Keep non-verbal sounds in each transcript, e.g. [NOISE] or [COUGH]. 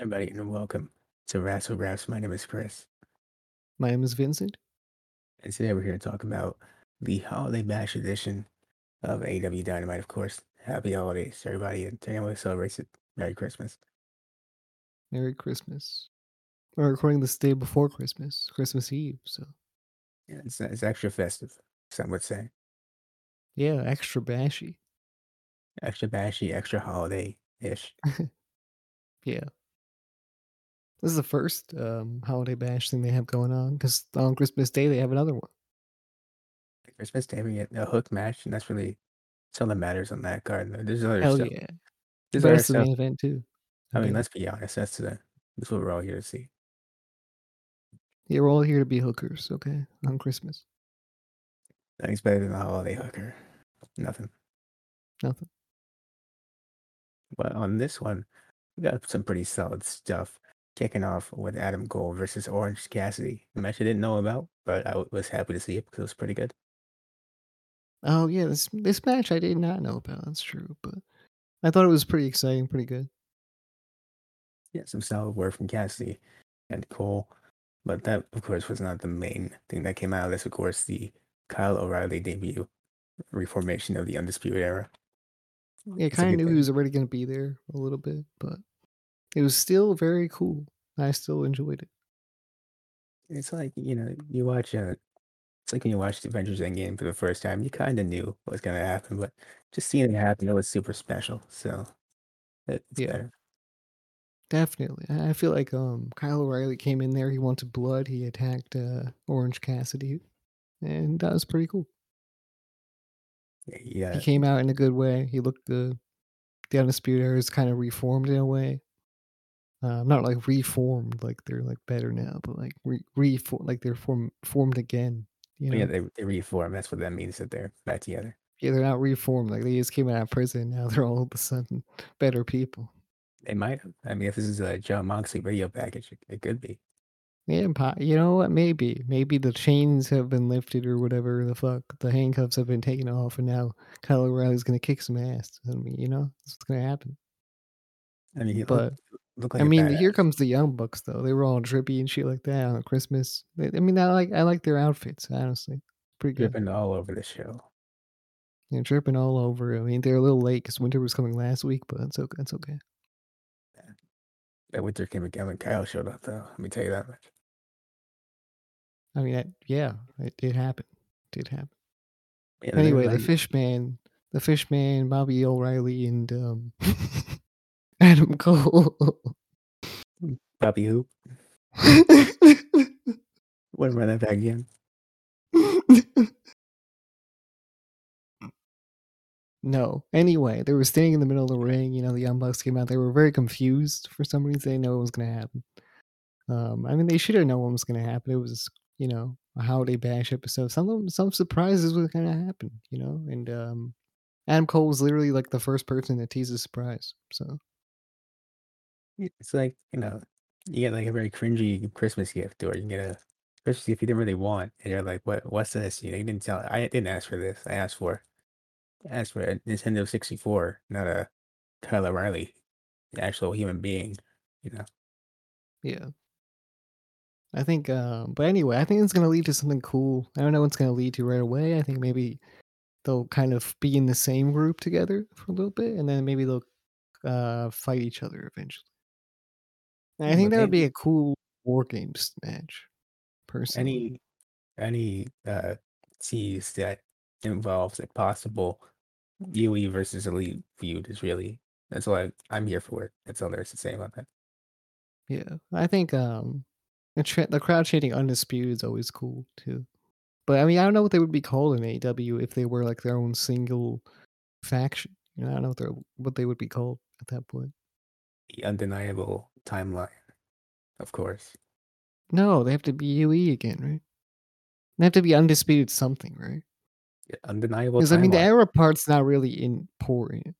everybody, and welcome to Razzle Raps. My name is Chris, My name is Vincent. and today we're here to talk about the Holiday Bash edition of AW Dynamite, of course. Happy holidays, everybody, and to anyone who celebrates it, Merry Christmas. Merry Christmas. We're recording this day before Christmas, Christmas Eve. So, Yeah, It's, it's extra festive, some would say. yeah, extra bashy. Extra bashy, extra holiday ish. Yeah. This is the first um, holiday bash thing they have going on because on Christmas Day they have another one. Christmas Day, we get a hook match, and that's really that's all that matters on that card. though. There's other Hell stuff. yeah. There's But other That's the stuff. main event too. I mean, Okay. let's be honest. That's the that's what we're all here to see. yeah, we're all here to be hookers, okay, on Christmas. Nothing's better than a holiday hooker. Nothing. Nothing. But on this one, we got some pretty solid stuff. Kicking off with Adam Cole versus Orange Cassidy. A match I didn't know about, but I w- was happy to see it because it was pretty good. Oh yeah, this this match I did not know about. That's true, but I thought it was pretty exciting, pretty good. Yeah, some solid work from Cassidy and Cole. But that, of course, was not the main thing that came out of this. Of course, the Kyle O'Reilly debut, reformation of the Undisputed Era. Yeah, It's a kind of good knew he thing. was already going to be there a little bit, but it was still very cool. I still enjoyed it. It's like, you know, you watch uh It's like when you watch Avengers Endgame for the first time, you kind of knew what was going to happen, but just seeing it happen, it was super special. So it- it's Yeah. better. Definitely. I I feel like um Kyle O'Reilly came in there, he wanted blood, he attacked uh Orange Cassidy, and that was pretty cool. Yeah, Yeah. He came out in a good way. He looked the the Undisputed Era is kind of reformed in a way. Um, not like reformed, like they're like better now, but like re- reform, like they're form- formed again. You But know? Oh, yeah, they, they reform. That's what that means that they're back together. Yeah, they're not reformed. Like they just came out of prison. Now they're all of a sudden better people. They might have. I mean, if this is a John Moxley radio package, it, it could be. Yeah, po- you know what? Maybe, maybe the chains have been lifted or whatever the fuck. The handcuffs have been taken off, and now Kyle O'Reilly's gonna kick some ass. I mean, you know, that's what's gonna happen. I mean, he But looked, looked like I a mean, badass. here comes the Young Bucks though. They were all drippy and shit like that on Christmas. I I mean, I like I like their outfits honestly. Pretty good. dripping all over the show. They're dripping all over. I mean, they're a little late because winter was coming last week, but it's okay. It's okay. That winter came again when Kyle showed up, though. Let me tell you that much. I mean, that, yeah, it did happen. did happen. Yeah, they're Anyway, the like- fish man, the fish man, Bobby O'Reilly, and um, [LAUGHS] Adam Cole. [LAUGHS] Bobby Hoop. Wouldn't run that back again. no. Anyway, they were standing in the middle of the ring. You know, the Young Bucks came out. They were very confused for some reason. They didn't know what was going to happen. Um, I mean, they should have known what was going to happen. It was, you know, a holiday bash episode. Some of them, some surprises were going to happen. You know, and um, Adam Cole was literally like the first person to tease a surprise. So Yeah, It's like, you know, you get like a very cringy Christmas gift, or you can get a Christmas gift you didn't really want, and you're like, "What? What's this?" You know, you didn't tell. I didn't ask for this. I asked for, I asked for a Nintendo 64, not a Kyle O'Reilly, an actual human being. You know, yeah. I think, um, but anyway, I think it's going to lead to something cool. I don't know what's going to lead to right away. I think maybe they'll kind of be in the same group together for a little bit, and then maybe they'll uh, fight each other eventually. And I Yeah, think but that would be maybe- a cool war games match, personally. any any uh tease that involves a possible UE versus Elite feud is really that's all I, I'm here for. That's all there is to say about that. Yeah, I think um, the tra- the crowd chanting "Undisputed" is always cool too. But I mean, I don't know what they would be called in AEW if they were like their own single faction. You know, I don't know what they what they would be called at that point. The undeniable timeline, of course. No, they have to be UE again, right? They have to be undisputed something, right? Yeah, Undeniable Because I mean, the timeline. era part's not really important.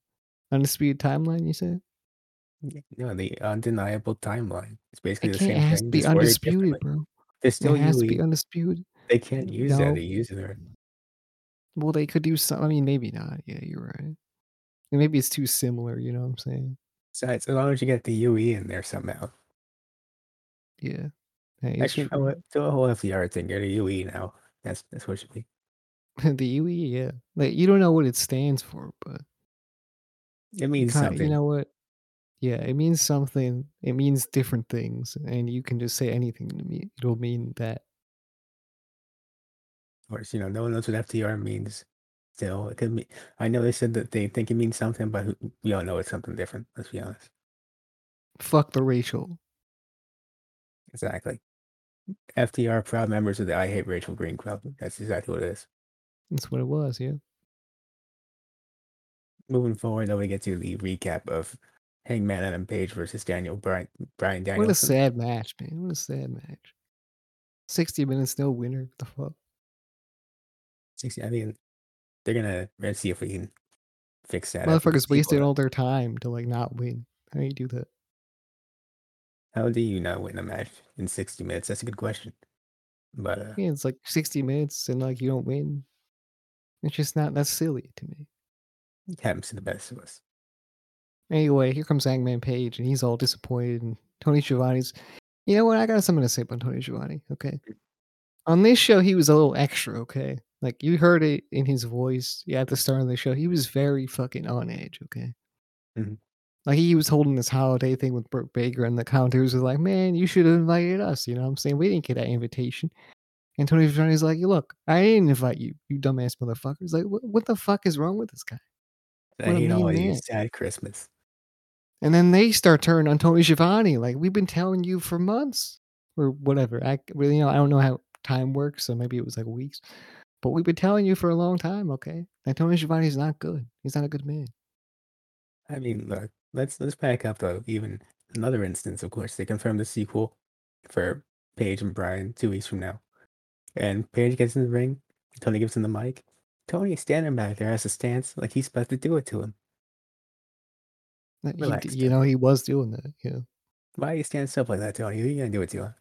Undisputed timeline, you said? Yeah, No, the undeniable timeline. It's basically it the can't same it has thing. to be just worded undisputed, differently. bro. They still E. It has use to be it. undisputed. They can't use that. No. They use it. Well, they could do some. I mean, maybe not. Yeah, you're right. And maybe it's too similar. You know what I'm saying? So as long as you get the UE in there somehow. Yeah. That is Actually, you know true. what? do a whole FDR thing. Go to UE now. That's that's what it should be. [LAUGHS] the UE, yeah. Like you don't know what it stands for, but It means Ki- something. You know what? Yeah, it means something. It means different things, and you can just say anything to me. It'll mean that. Of course, you know, no one knows what FDR means. Still, it could mean. I know they said that they think it means something, but who- we all know it's something different. Let's be honest. Fuck the racial. Exactly. FDR proud members of the I Hate Rachel Green Club. That's exactly what it is. That's what it was. Yeah. Moving forward, now we get to the recap of Hangman Adam Page versus Daniel Bryan. Brian What a Danielson. sad match, man. What a sad match. Sixty minutes, no winner. What the fuck? Sixty- I mean, they're gonna let's see if we can fix that. after the Motherfuckers wasted sequel. all their time to like not win. How do you do that? How do you not win a match in 60 minutes? That's a good question. But uh, Yeah, it's like sixty minutes, and like you don't win. It's just not. That's silly to me. it happens to the best of us. Anyway, here comes Hangman Page, and he's all disappointed. And Tony Giovanni's, you know what? I got something to say about Tony Giovanni. Okay, on this show, he was a little extra. Okay, like you heard it in his voice. Yeah, at the start of the show, he was very fucking on edge. Okay, Mhm. like he was holding this holiday thing with Brooke Baker, and the commenters was like, "Man, you should have invited us." You know, what I'm saying we didn't get that invitation. And Tony Giovanni's like, "Look, I didn't invite you, you dumbass motherfuckers." Like, what, what the fuck is wrong with this guy? And I What a hate all mean you man. sad Christmas. And then they start turning on Tony Giovanni. Like we've been telling you for months or whatever. I really, you know, I don't know how time works, so maybe it was like weeks. But we've been telling you for a long time, okay? That Tony Giovanni's not good. He's not a good man. I mean, look, let's let's back up though. Even another instance, of course, they confirmed the sequel for Paige and Brian two weeks from now. And Paige gets in the ring. Tony gives him the mic. Tony is standing back there, has a stance like he's about to do it to him. Like, he d- Relax, you know, he was doing that. You know, Why you stand up like that, Tony? Who you gonna do it to? Huh?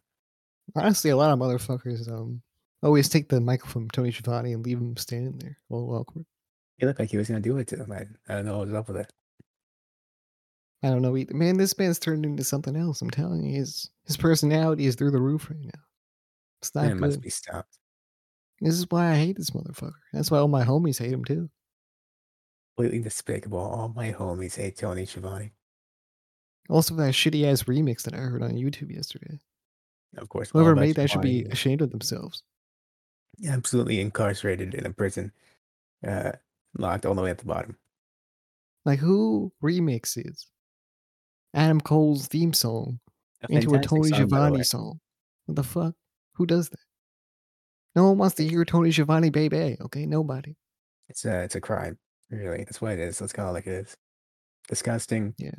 honestly, a lot of motherfuckers um always take the microphone from Tony Giovanni and leave him standing there, a little awkward. He looked like he was gonna do it to him. I, I don't know what was up with it. I don't know either. Man, this man's turned into something else. I'm telling you, his his personality is through the roof right now. It's not And it good. must be stopped. This is why I hate this motherfucker. That's why all my homies hate him too. completely despicable. All my homies hate Tony Schiavone. Also, that shitty ass remix that I heard on YouTube yesterday. Oh, Of course, all Whoever that made that should be Schiavone ashamed of themselves. is absolutely incarcerated in a prison, uh, locked all the way at the bottom. Like, who remixes Adam Cole's theme song into a fantastic Tony song, by the Giovanni way. song? What the fuck? Who does that? No one wants to hear Tony Giovanni, baby. Okay, nobody. It's a it's a crime, really. That's what it is. Let's call it like it is. Disgusting. Yeah.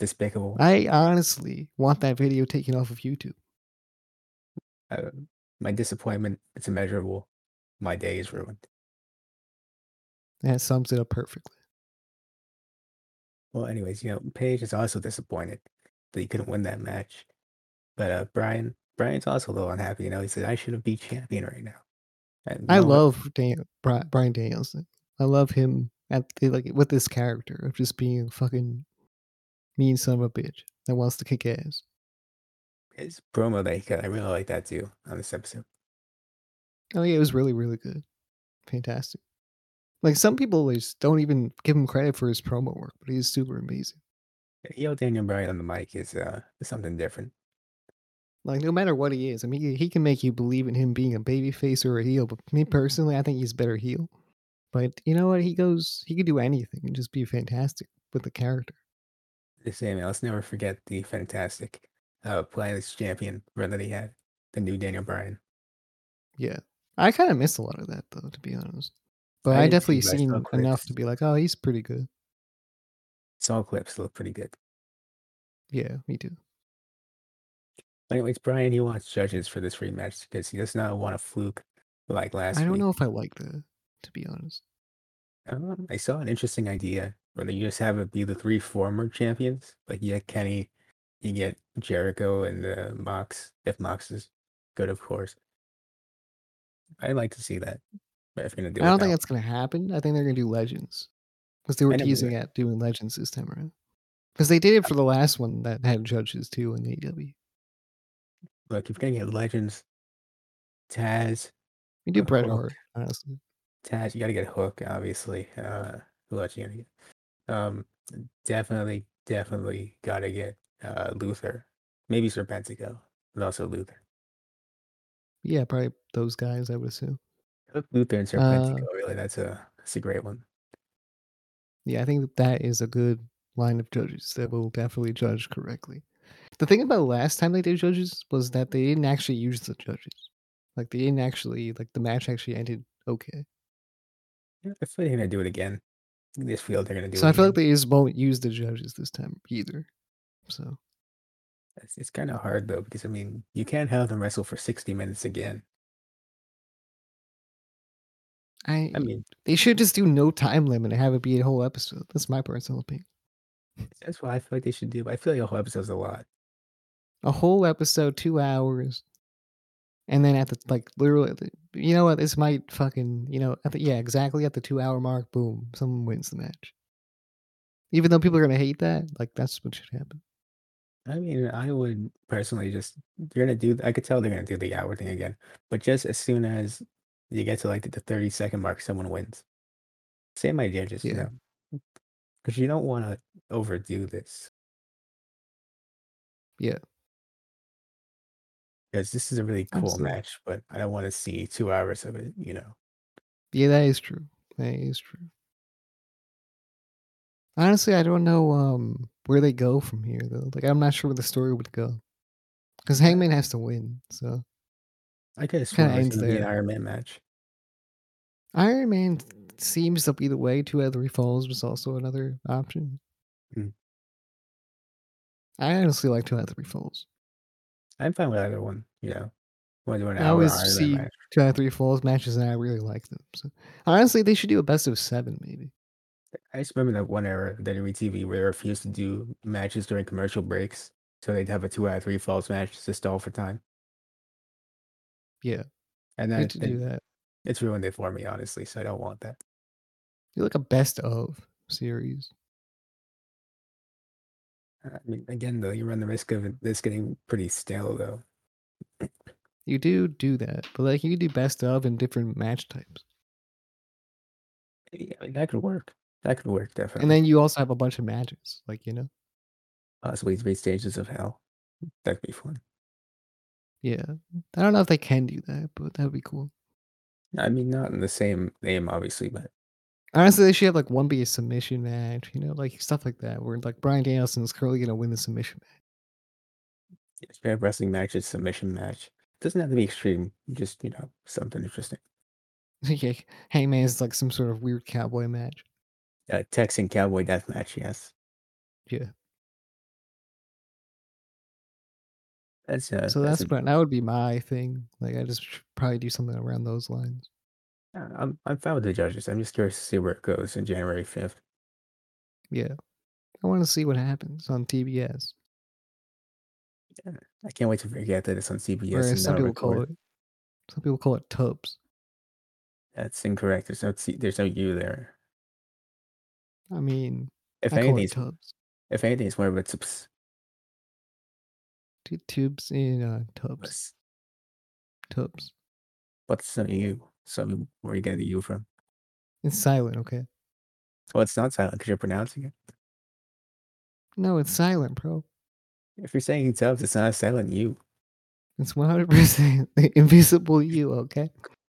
Despicable. I honestly want that video taken off of YouTube. uh, my disappointment. It's immeasurable. My day is ruined. That sums it up perfectly. Well, anyways, you know, Paige is also disappointed that he couldn't win that match. But uh, Brian, Brian's also a little unhappy. You know, he said, "I shouldn't be champion right now." And you I know what? love Dan- Bri- Brian Danielson. I love him at the, like with this character of just being a fucking mean son of a bitch that wants to kick ass. his promo that he cut. I really like that too on this episode. Oh yeah, it was really really good, fantastic. Like some people they just don't even give him credit for his promo work, but he's super amazing. Yo, Daniel Bryan on the mic is uh something different. Like no matter what he is, I mean he- he can make you believe in him being a babyface or a heel. But me personally, I think he's better heel. But you know what? He goes, he could do anything and just be fantastic with the character. The same. and Let's never forget the fantastic uh Planet's champion run that he had. The new Daniel Bryan. Yeah. I kind of miss a lot of that though, to be honest. But I, did too, definitely but I saw seen enough clips. to be like, oh, he's pretty good. Saw clips look pretty good. Yeah, me too. Anyways, Bryan he wants judges for this rematch because he does not want a fluke like last I don't week. know if I like that, to be honest. Um, I saw an interesting idea where they just have it be the three former champions. Like you get Kenny, you get Jericho, and uh, Mox, if Mox is good, of course. I'd like to see that. But if you're gonna do I don't it, think now- that's going to happen. I think they're going to do Legends because they were I never do teasing that. at doing Legends this time around. Because they did it for the last one that had judges too in E AEW. Look, if you're gonna get legends, Taz, We do Of Bret course. Hart, honestly. Taz, you gotta get Hook, obviously. Uh, who else you gotta get? Um, definitely, definitely gotta get uh Luther. Maybe Serpentico, but also Luther. Yeah, probably those guys. I would assume. Hook, Luther, and Serpentico. Uh, really, that's a that's a great one. Yeah, I think that, that is a good line of judges that will definitely judge correctly. The thing about last time they did judges was that they didn't actually use the judges. Like they didn't actually like the match actually ended okay. Yeah, I feel like they're gonna do it again. This field, they're gonna do. So it I feel like again. they just won't use the judges this time either. So It's, it's kind of hard though because I mean you can't have them wrestle for sixty minutes again. I, I mean they should just do no time limit and have it be a whole episode. That's my personal opinion. that's what I feel like they should do. But I feel like a whole episode's a lot. A whole episode, two hours, and then at the like literally, at the- you know what? This might fucking you know at the, yeah exactly at the two hour mark, boom, someone wins the match. Even though people are gonna hate that, like that's what should happen. I mean, I would personally just you're gonna do. I could tell they're gonna do the hour thing again, but just as soon as you get to like the, the thirty second mark, someone wins. Same idea, just you Yeah. know, because you don't want to overdo this. Yeah. Because this is a really cool Absolutely. match, but I don't want to see two hours of it. You know, Yeah, that is true. That is true. Honestly, I don't know um, where they go from here though. Like, I'm not sure where the story would go, because Hangman has to win. So I guess Kinda it's ends gonna be an there. Iron Man match. Iron Man seems to be the way. Two out of three falls was also another option. Mm. I honestly like two out of three falls. I'm fine with either one. You know, want to do an I hour always Iron Man see match. two out of three falls matches, and I really like them. So honestly, they should do a best of seven, maybe. I just remember that one era of WWE TV where they refused to do matches during commercial breaks. So they'd have a two out of three falls match just to stall for time. Yeah, And they that, should do that- that. it's ruined it for me, honestly. So I don't want that. Do like a best of series. I mean, again, though, you run the risk of it- this getting pretty stale, though. You do do that, but like you could do best of and different match types, Yeah, I mean, that could work. That could work, definitely. and then you also have a bunch of matches, like you know, possibly three stages of hell. That could be fun. yeah. I don't know if they can do that, but that would be cool. I mean, not in the same name, obviously, but Honestly, they should have like one be a submission match, you know, like stuff like that, where like Brian Danielson's currently gonna win the submission match. it's a wrestling match, it's a submission match. doesn't have to be extreme, just, you know, something interesting. [LAUGHS] yeah, Hangman is like some sort of weird cowboy match. Uh, Texan Cowboy Death Match, yes. Yeah, That's uh, so that's a- what that would be my thing. Like, I just should probably do something around those lines. Uh, I'm I'm fine with the judges. I'm just curious to see where it goes in January fifth. Yeah, I want to see what happens on TBS, I can't wait to forget that it's on or CBS. as And some not people call recorded. it, some people call it Tubbs. That's incorrect. There's no C, there's no U there. I mean, If I call anything, it it's, tubs. if anything, it's more of a subs- Two tubes in uh, tubs. s- Tubs. but it's not U. So I mean, where you getting the U from? It's silent, okay? Well, it's not silent because you're pronouncing it. No, it's silent, bro. If you're saying subs, it's not a silent U. It's 100% the [LAUGHS] invisible you, okay?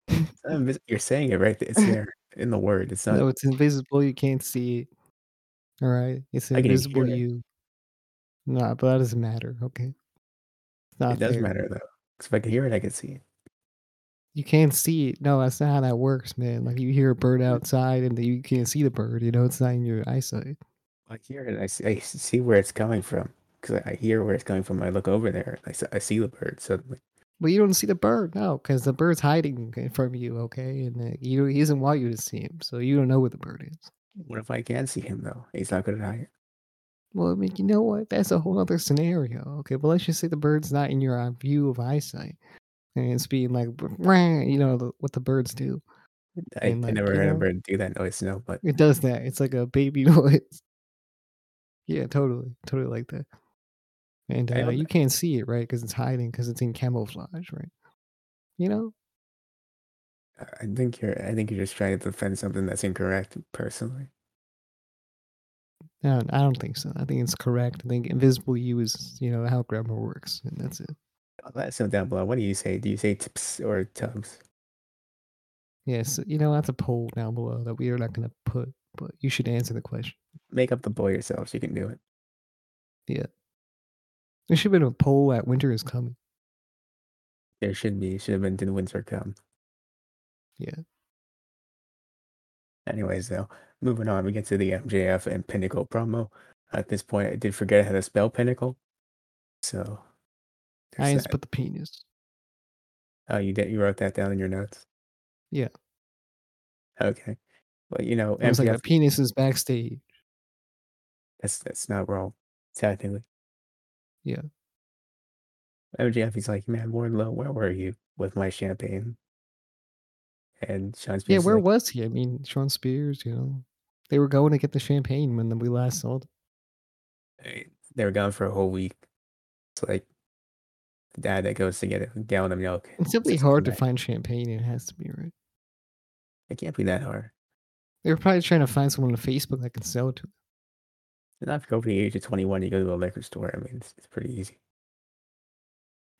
It's not invis- You're saying it right. th- It's [LAUGHS] there in the word. It's not. No, it's invisible. You can't see it. All right? It's I can invisible hear it. you. Nah, but that doesn't matter, okay? It's not it does fair. matter though. 'Cause if I could hear it, I could see it. You can't see it. No, that's not how that works, man. Like, you hear a bird Mm-hmm. outside and you can't see the bird, you know? It's not in your eyesight. I hear it. I see, I see where it's coming from because I, I hear where it's coming from. I look over there. I, s- I see the bird suddenly. Well, you don't see the bird, no, because the bird's hiding in- from you, okay? And uh, you don't, he doesn't want you to see him, so you don't know where the bird is. What if I can see him though? He's not good at hiding. Well, I mean, you know what? That's a whole other scenario, okay? But let's just say the bird's not in your uh, view of eyesight, and it's being like, "Rah," you know, the, what the birds do. I, And, I like, never you heard a know- bird do that noise. No, but [LAUGHS] It does that. It's like a baby noise. Yeah, totally, totally like that. And I uh, love you that. can't see it, right? Because it's hiding, because it's in camouflage, right? You know? I- I think you're. I think you're just trying to defend something that's incorrect. Personally, No, I don't think so. I think it's correct. I think invisible you is, you know, how grammar works, and that's it. Oh, that's so down below. What do you say? Do you say tips or tubs? Yes, you know, that's a poll down below that we are not going to put, but you should answer the question. Make up the boy yourselves. You can do it. There should have been a poll at Winter is Coming. There should be. Should have been did winter come? Yeah. Anyways, though, moving on. We get to the MJF and Pinnacle promo. At this point, I did forget how to spell Pinnacle. So, I there's just that. put the penis. oh, you did. You wrote that down in your notes. Yeah. Okay. Well, you know, I was like, MJF the penis is backstage. That's that's not wrong, technically. Yeah. MJF is like, man, Wardlow, where were you with my champagne? And Sean Yeah, Spears, is where like, was he? I mean, Sean Spears, you know, they were going to get the champagne when we last saw them. "Hey, they were gone for a whole week. It's like the dad that goes to get a gallon of milk. It's simply says, hard to "Tonight." find champagne. It has to be right. It can't be that hard. They were probably trying to find someone on Facebook that can sell it to. Them. And if you go over the age of twenty one, you go to a liquor store. I mean, it's, it's pretty easy.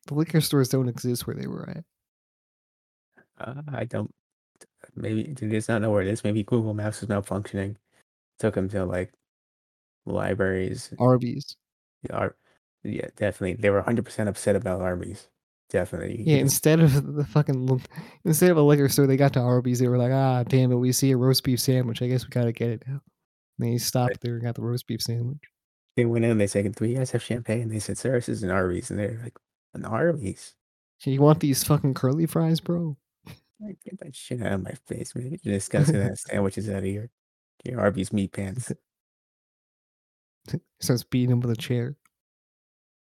The liquor stores don't exist where they were at. Uh, I don't. Maybe did just not know where it is. Maybe Google Maps was malfunctioning. Took him to like libraries Arby's. Ar- yeah, definitely. They were 100% upset about Arby's. Definitely. You Yeah, just- instead of the fucking, li- instead of a liquor store, they got to Arby's. They were like, ah, damn it, we see a roast beef sandwich. I guess we gotta get it now. And they stopped there and got the roast beef sandwich. they went in, they said, Do you guys have champagne? And they said, Sir, this is an Arby's. And they're like, An Arby's? So you want these fucking curly fries, bro? Like, get that shit out of my face, man. You're disgusting that sandwiches out of here. Get Your Arby's meat pants. [LAUGHS] Starts beating him with a chair.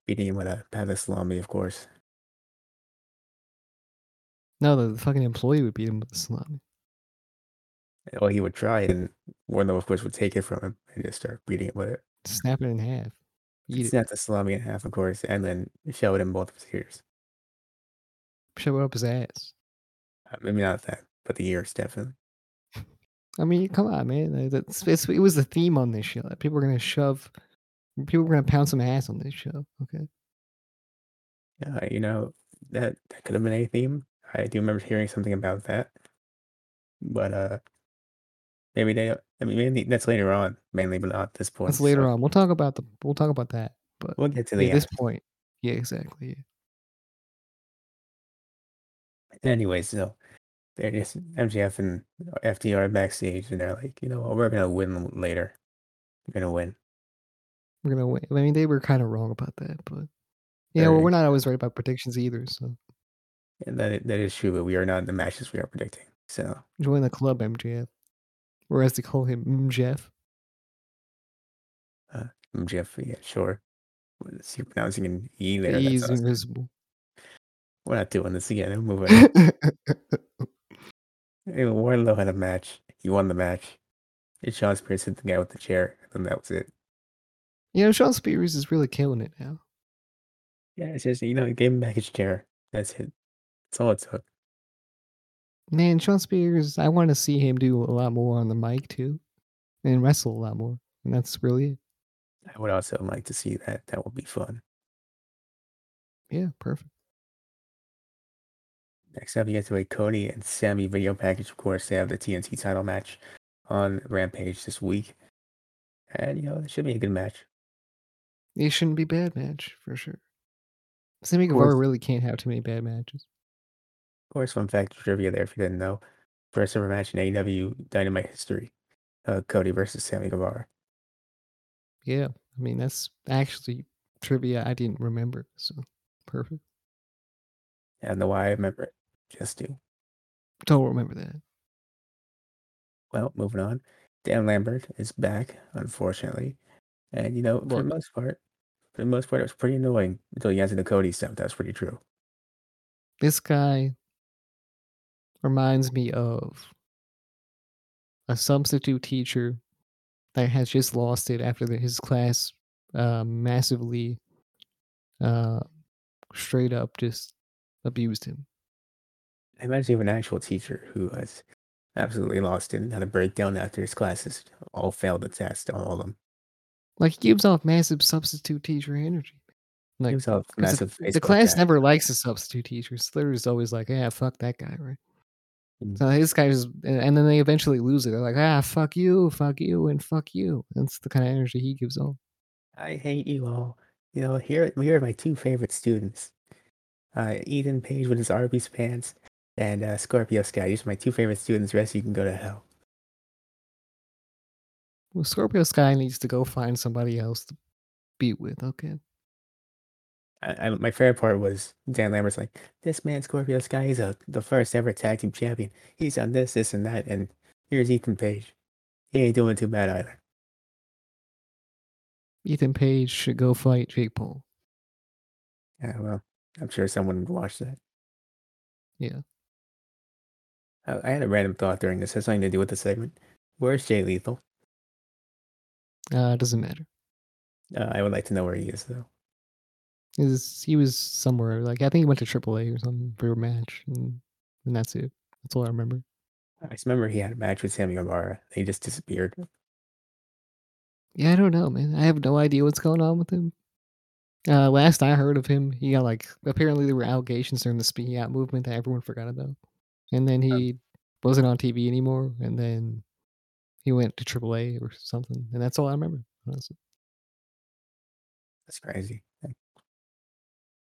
Beating him with a pat of salami, of course. No, the, the fucking employee would beat him with a salami. Well, he would try, and Wardlow, of course, would take it from him and just start beating it with it. Snap it in half. Eat it. Snap the salami in half, of course, and then shove it in both of his ears. shove it up his ass. Uh, Maybe not that, but the ears, definitely. I mean, come on, man. Like, That's it's, it was the theme on this show. That people were gonna shove, people were gonna pound some ass on this show. Okay, Yeah, uh, you know, that that could have been a theme. I do remember hearing something about that. But uh maybe they I mean maybe that's later on, mainly but not at this point. that's later on. We'll talk about the we'll talk about that. But We'll get to at the this end. point, yeah, exactly. Yeah. Anyways, so they're just MGF and FDR backstage and they're like, you know what, we're gonna win later. We're gonna win. We're gonna wait. I mean, they were kind of wrong about that, but yeah, well, Very we're not always right about predictions either. So And that i- that is true, but we are not in the matches we are predicting. So join the club, MJF, or as they call him, MJF. MGF, yeah, sure. Well, it's- You're pronouncing an E there. He That's is awesome. invisible. We're not doing this again. We'll [LAUGHS] move on. yeah, Anyway, Wardlow had a match. He won the match. And Sean Spears hit the guy with the chair, and then that was it. you know, Sean Spears is really killing it now. Yeah, it's just you know, he gave him back his chair. That's it. That's all it took. Man, Sean Spears, I want to see him do a lot more on the mic too, and wrestle a lot more. And that's really it. I would also like to see that. That would be fun. Yeah, perfect. Next up, you get to a Cody and Sammy video package. Of course, they have the TNT title match on Rampage this week, and you know it should be a good match. It shouldn't be bad match for sure. Sammy course. Guevara really can't have too many bad matches. Of course, fun fact trivia there if you didn't know: first ever match in AEW Dynamite history, uh, Cody versus Sammy Guevara. Yeah, I mean that's actually trivia I didn't remember. So perfect. I don't know why I remember it. Just do. Don't remember that. Well, moving on. Dan Lambert is back, unfortunately. And you know, for the Right. most part, for the most part, it was pretty annoying until you got to the Cody stuff. That's pretty true. This guy reminds me of a substitute teacher that has just lost it after the, his class uh, massively, uh, straight up just abused him. I imagine you have an actual teacher who has absolutely lost it and had a breakdown after his classes all failed the test, all of them. Like he gives off massive substitute teacher energy. Like, He was a 'cause massive the Facebook class guy. never likes the substitute teachers. They're just always like, "Yeah, fuck that guy," right? Mm. So this guy just, and and then they eventually lose it. They're like, "Ah, fuck you, fuck you, and fuck you." That's the kind of energy he gives off. I hate you all. You know, here here are my two favorite students. Uh, Ethan Page with his Arby's pants and uh, Scorpio Sky. These are my two favorite students. The rest of you can go to hell. Well, Scorpio Sky needs to go find somebody else to be with. Okay, I, I, my favorite part was Dan Lambert's like, this man Scorpio Sky is a the first ever tag team champion. He's done this, this, and that, and here's Ethan Page. He ain't doing too bad either. Ethan Page should go fight Jake Paul. Yeah, well, I'm sure someone would watch that. Yeah. I, I had a random thought during this. It has nothing to do with the segment. Where's Jay Lethal? Uh, doesn't matter. Uh, I would like to know where he is though. He was, he was somewhere. Like I think he went to AAA or something for a match, and, and that's it. That's all I remember. I just remember he had a match with Sammy Guevara. He just disappeared. Yeah, I don't know, man. I have no idea what's going on with him. Uh, last I heard of him, he got like apparently there were allegations during the speaking out movement that everyone forgot about, and then he wasn't on TV anymore, and then he went to AAA or something, and that's all I remember. honestly. That's crazy. Like,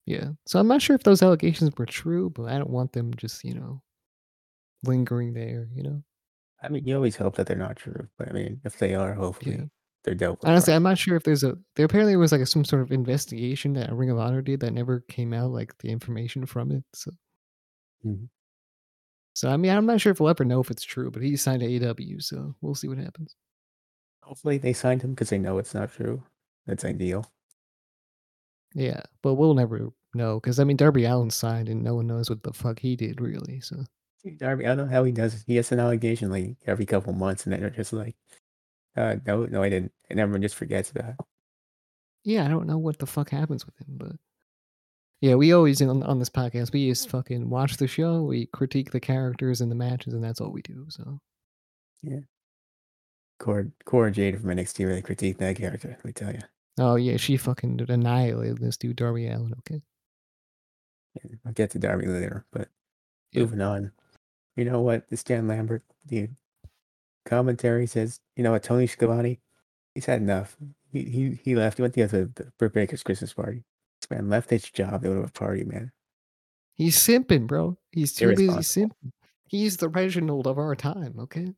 Yeah, so I'm not sure if those allegations were true, but I don't want them just you know lingering there. You know, I mean, you always hope that they're not true, but I mean, if they are, hopefully Yeah. they're dealt with. honestly, right. I'm not sure if there's a there apparently was like a, some sort of investigation that Ring of Honor did that never came out like the information from it. So Mhm. So I mean, I'm not sure if we'll ever know if it's true, but he signed to AW, so we'll see what happens. hopefully they signed him because they know it's not true. That's ideal. Yeah, but we'll never know because I mean, Darby Allen signed, and no one knows what the fuck he did really. So Dude, Darby, I don't know how he does it. He gets an allegation like every couple months, and then they're just like, uh, no, no, I didn't. And everyone just forgets about it. yeah, I don't know what the fuck happens with him, but yeah, we always on, on this podcast we just fucking watch the show, we critique the characters and the matches, and that's all we do. So Core, Core Jade from NXT really critiqued that character, let me tell you. oh yeah, she fucking d- annihilated this dude Darby Allen. Okay, I'll get to Darby later, but Yeah. moving on. You know what? This Dan Lambert, dude. Commentary says, you know what? Tony Schiavone, he's had enough. He he, he left. He went to go to the Britt Baker's Christmas party. This man left his job to go to a party, man. he's simping, bro. He's too busy Irresponsible. simping. He's the Reginald of our time. Okay.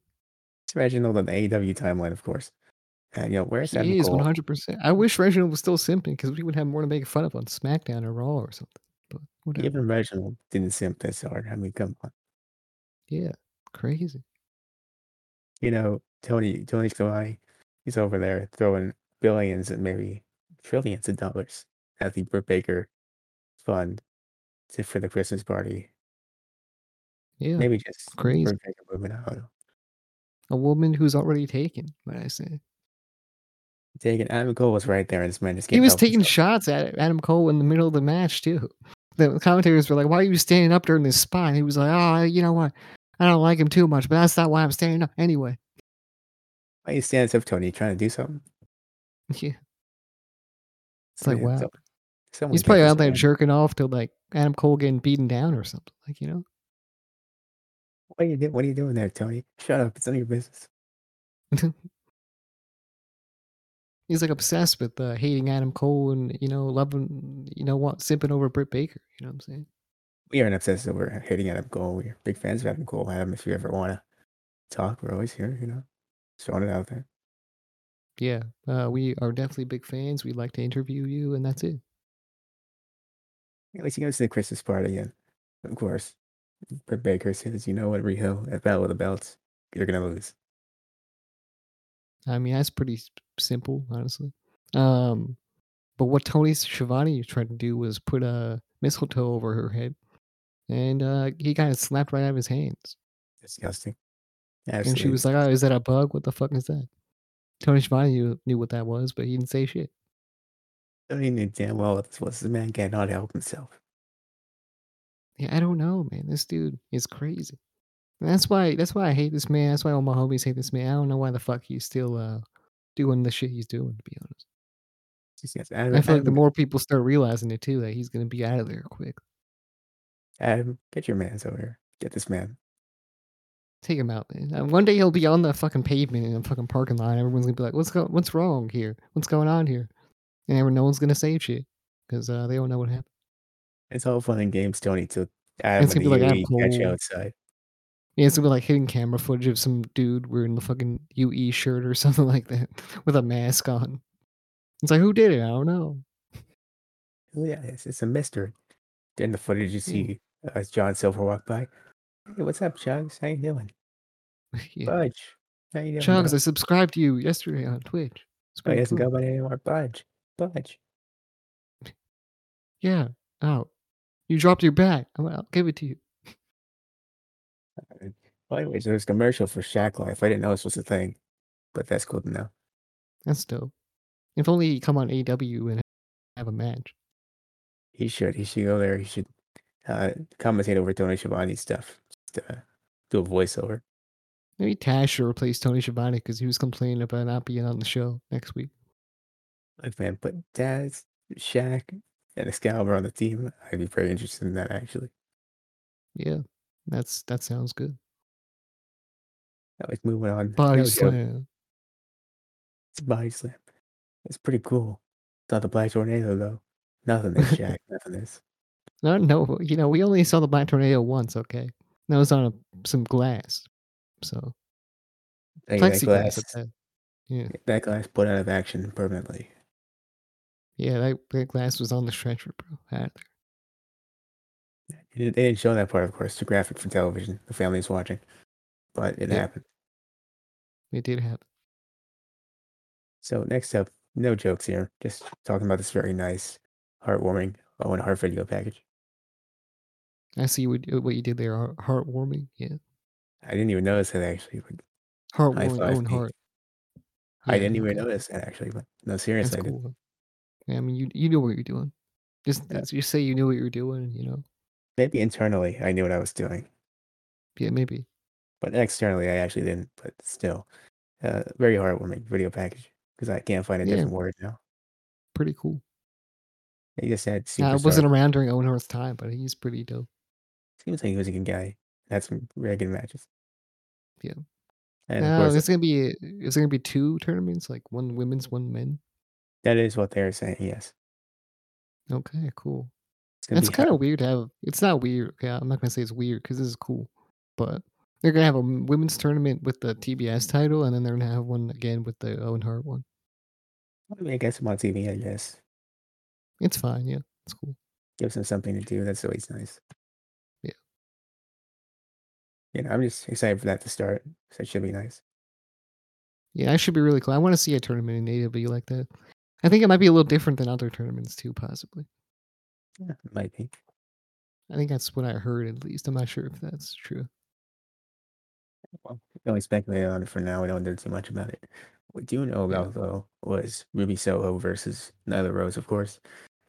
It's Reginald on the AEW timeline, of course. And you know, where's that? He is one Nicole? hundred percent. I wish Reginald was still simping because we would have more to make fun of on SmackDown or Raw or something. But whatever. Even Reginald didn't simp this hard. I mean, come on. Yeah, crazy. You know, Tony Tony Schiavone, he's over there throwing billions and maybe trillions of dollars at the Britt Baker fund to, for the Christmas party. Yeah, Maybe just crazy. Britt Baker movement. I don't know. a woman who's already taken. Might I say? Taking Adam Cole was right there, and this man just He can't was help taking himself. shots at Adam Cole in the middle of the match too. The commentators were like, "Why are you standing up during this spot?" And he was like, "Oh, you know what? I don't like him too much, but that's not why I'm standing up anyway." [LAUGHS] Why you standing up, Tony? You Trying to do something? Yeah, It's like, Man, wow. so- someone he's get probably this out there man. jerking off to like Adam Cole getting beaten down or something. Like you know, What are you doing? What are you doing there, Tony? Shut up! It's none of your business. he's like obsessed with uh, hating Adam Cole and you know loving you know what simping over Britt Baker. You know what I'm saying? We aren't obsessed over hating Adam Cole. We're big fans of Adam Cole. Adam, if you ever want to talk, we're always here. You know, throwing it out there. Yeah, uh, we are definitely big fans. We'd like to interview you, and that's it. At least he goes to the Christmas party again. Of course, Britt Baker says, "You know what, Riho? At Battle of the Belts, you're gonna lose." I mean, that's pretty s- simple, honestly. Um, but what Tony Schiavone tried to do was put a mistletoe over her head, and uh, he kind of slapped right out of his hands. Disgusting. And she Absolutely was like, "Oh, is that a bug? What the fuck is that?" Tony Schiavone knew, knew what that was, but he didn't say shit. I mean, damn well this was the man cannot help himself. Yeah, I don't know, man. This dude is crazy. And that's why that's why I hate this man. That's why all my homies hate this man. I don't know why the fuck he's still uh, doing the shit he's doing. To be honest, Just, yes, I feel like the more people start realizing it too, that he's gonna be out of there quick. Adam, get your man's over here. Get this man. Take him out, man. Uh, One day he'll be on the fucking pavement in a fucking parking lot. Everyone's gonna be like, "What's go- What's wrong here? What's going on here?" And everyone, no one's gonna say shit because uh, they don't know what happened. It's all fun and games. Tony took Adam It's and gonna be like, the I'm UE catch you cold. outside. Yeah, it's gonna be like hidden camera footage of some dude wearing the fucking UE shirt or [LAUGHS] something like that with a mask on. It's like, who did it? I don't know. [LAUGHS] Oh yeah, it's, it's a mystery. Then the footage Hmm. you see uh, John Silver walk by. Hey, what's up, Chugs? How you doing? yeah. Budge. How you doing? Chugs, I bro? subscribed to you yesterday on Twitch. It's oh, he pretty doesn't cool. go by it anymore. Budge. Budge. Yeah, out. You dropped your back. I'm, I'll give it to you. Well, anyways, there was a commercial for Shack Life. I didn't know this was a thing, but that's cool to know. That's dope. If only he'd come on AW and have a match. He should. He should go there. He should uh, commentate over Tony Schiavone's stuff. Just, uh, do a voiceover. Maybe Tash should replace Tony Schiavone because he was complaining about not being on the show next week. Like, man, put Taz, Shaq, and Excalibur on the team. I'd be very interested in that, actually. Yeah, that's that sounds good. That was moving on. Body No joke. slam. It's a body slam. It's pretty cool. It's not the black tornado though. Nothing is [LAUGHS] Shaq. nothing is. No, no, you know, we only saw the Black Tornado once, okay? That was on a, some glass. So, Like, that plexiglass. glass, at that. Yeah, that glass put out of action permanently. yeah, that, that glass was on the stretcher, bro. Out of there. They didn't, they didn't show that part, of course. It's a graphic for television. The family's watching, but it Yeah. happened. It did happen. So next up, no jokes here. Just talking about this very nice, heartwarming Owen Hart video package. I see what, what you did there. heart- Heartwarming. Yeah. I didn't even notice that actually. But Heartwarming. five, Owen Pete. Hart. I Yeah, didn't even okay. notice that actually. But no, seriously, That's I didn't. cool. Yeah, I mean, you you knew what you're doing. Just Yeah. just- you say you knew what you were doing. You know, maybe internally I knew what I was doing. yeah, maybe. but externally I actually didn't. But still, uh, very heartwarming video package because I can't find a Yeah. different word now. Pretty cool. He just had superstar. Now, I wasn't around during Owen Hart's time, but he's pretty dope. Seems like he was a good guy. Had some very good matches. Yeah. and of Now, course it's Uh, gonna be is there gonna be two tournaments, like one women's, one men. that is what they're saying. Yes, Okay, cool. it's gonna It's be kind hot. of weird to have. It's not weird. Okay, I'm not gonna say it's weird because this is cool, but they're gonna have a m- women's tournament with the TBS title, and then they're gonna have one again with the Owen Hart one. I, mean, I guess I'm on TV. I guess It's fine. Yeah, it's cool. gives him something to do. That's always nice. Yeah. You know, I'm just excited for that to start. So it should be nice. Yeah, that should be really cool. I want to see a tournament in AW like that. I think it might be a little different than other tournaments too, possibly. Yeah, it might be. I think that's what I heard at least. I'm not sure if that's true. Well, we can only speculate on it for now. We don't know too much about it. What we do know Yeah. about though was Ruby Soho versus Nyla Rose, of course,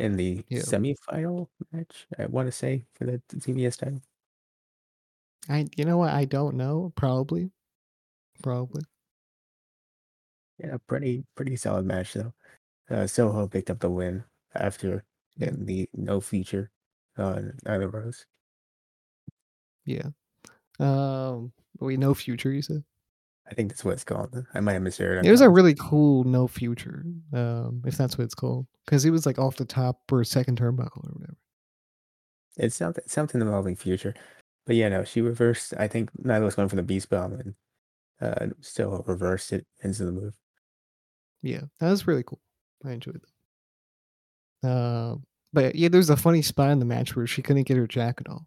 in the Yeah. semifinal match. I want to say for the t- TBS title. I you know what? I don't know. Probably. Probably. Yeah, pretty pretty solid match though. Uh, Soho picked up the win after Yeah. getting the no feature on Nyla Rose. Yeah. Um we no future, you said? I think that's what it's called. I might have misheard. on It was a purpose. really cool no future, um, if that's what it's called. Because it was like off the top or second turnbuckle or whatever. It's something something involving future, but yeah, no, she reversed. I think Nyla was going for the beast bomb, and uh, Soho reversed it into the move. Yeah. That was really cool. I enjoyed that. Um but yeah, there's a funny spot in the match where she couldn't get her jacket off.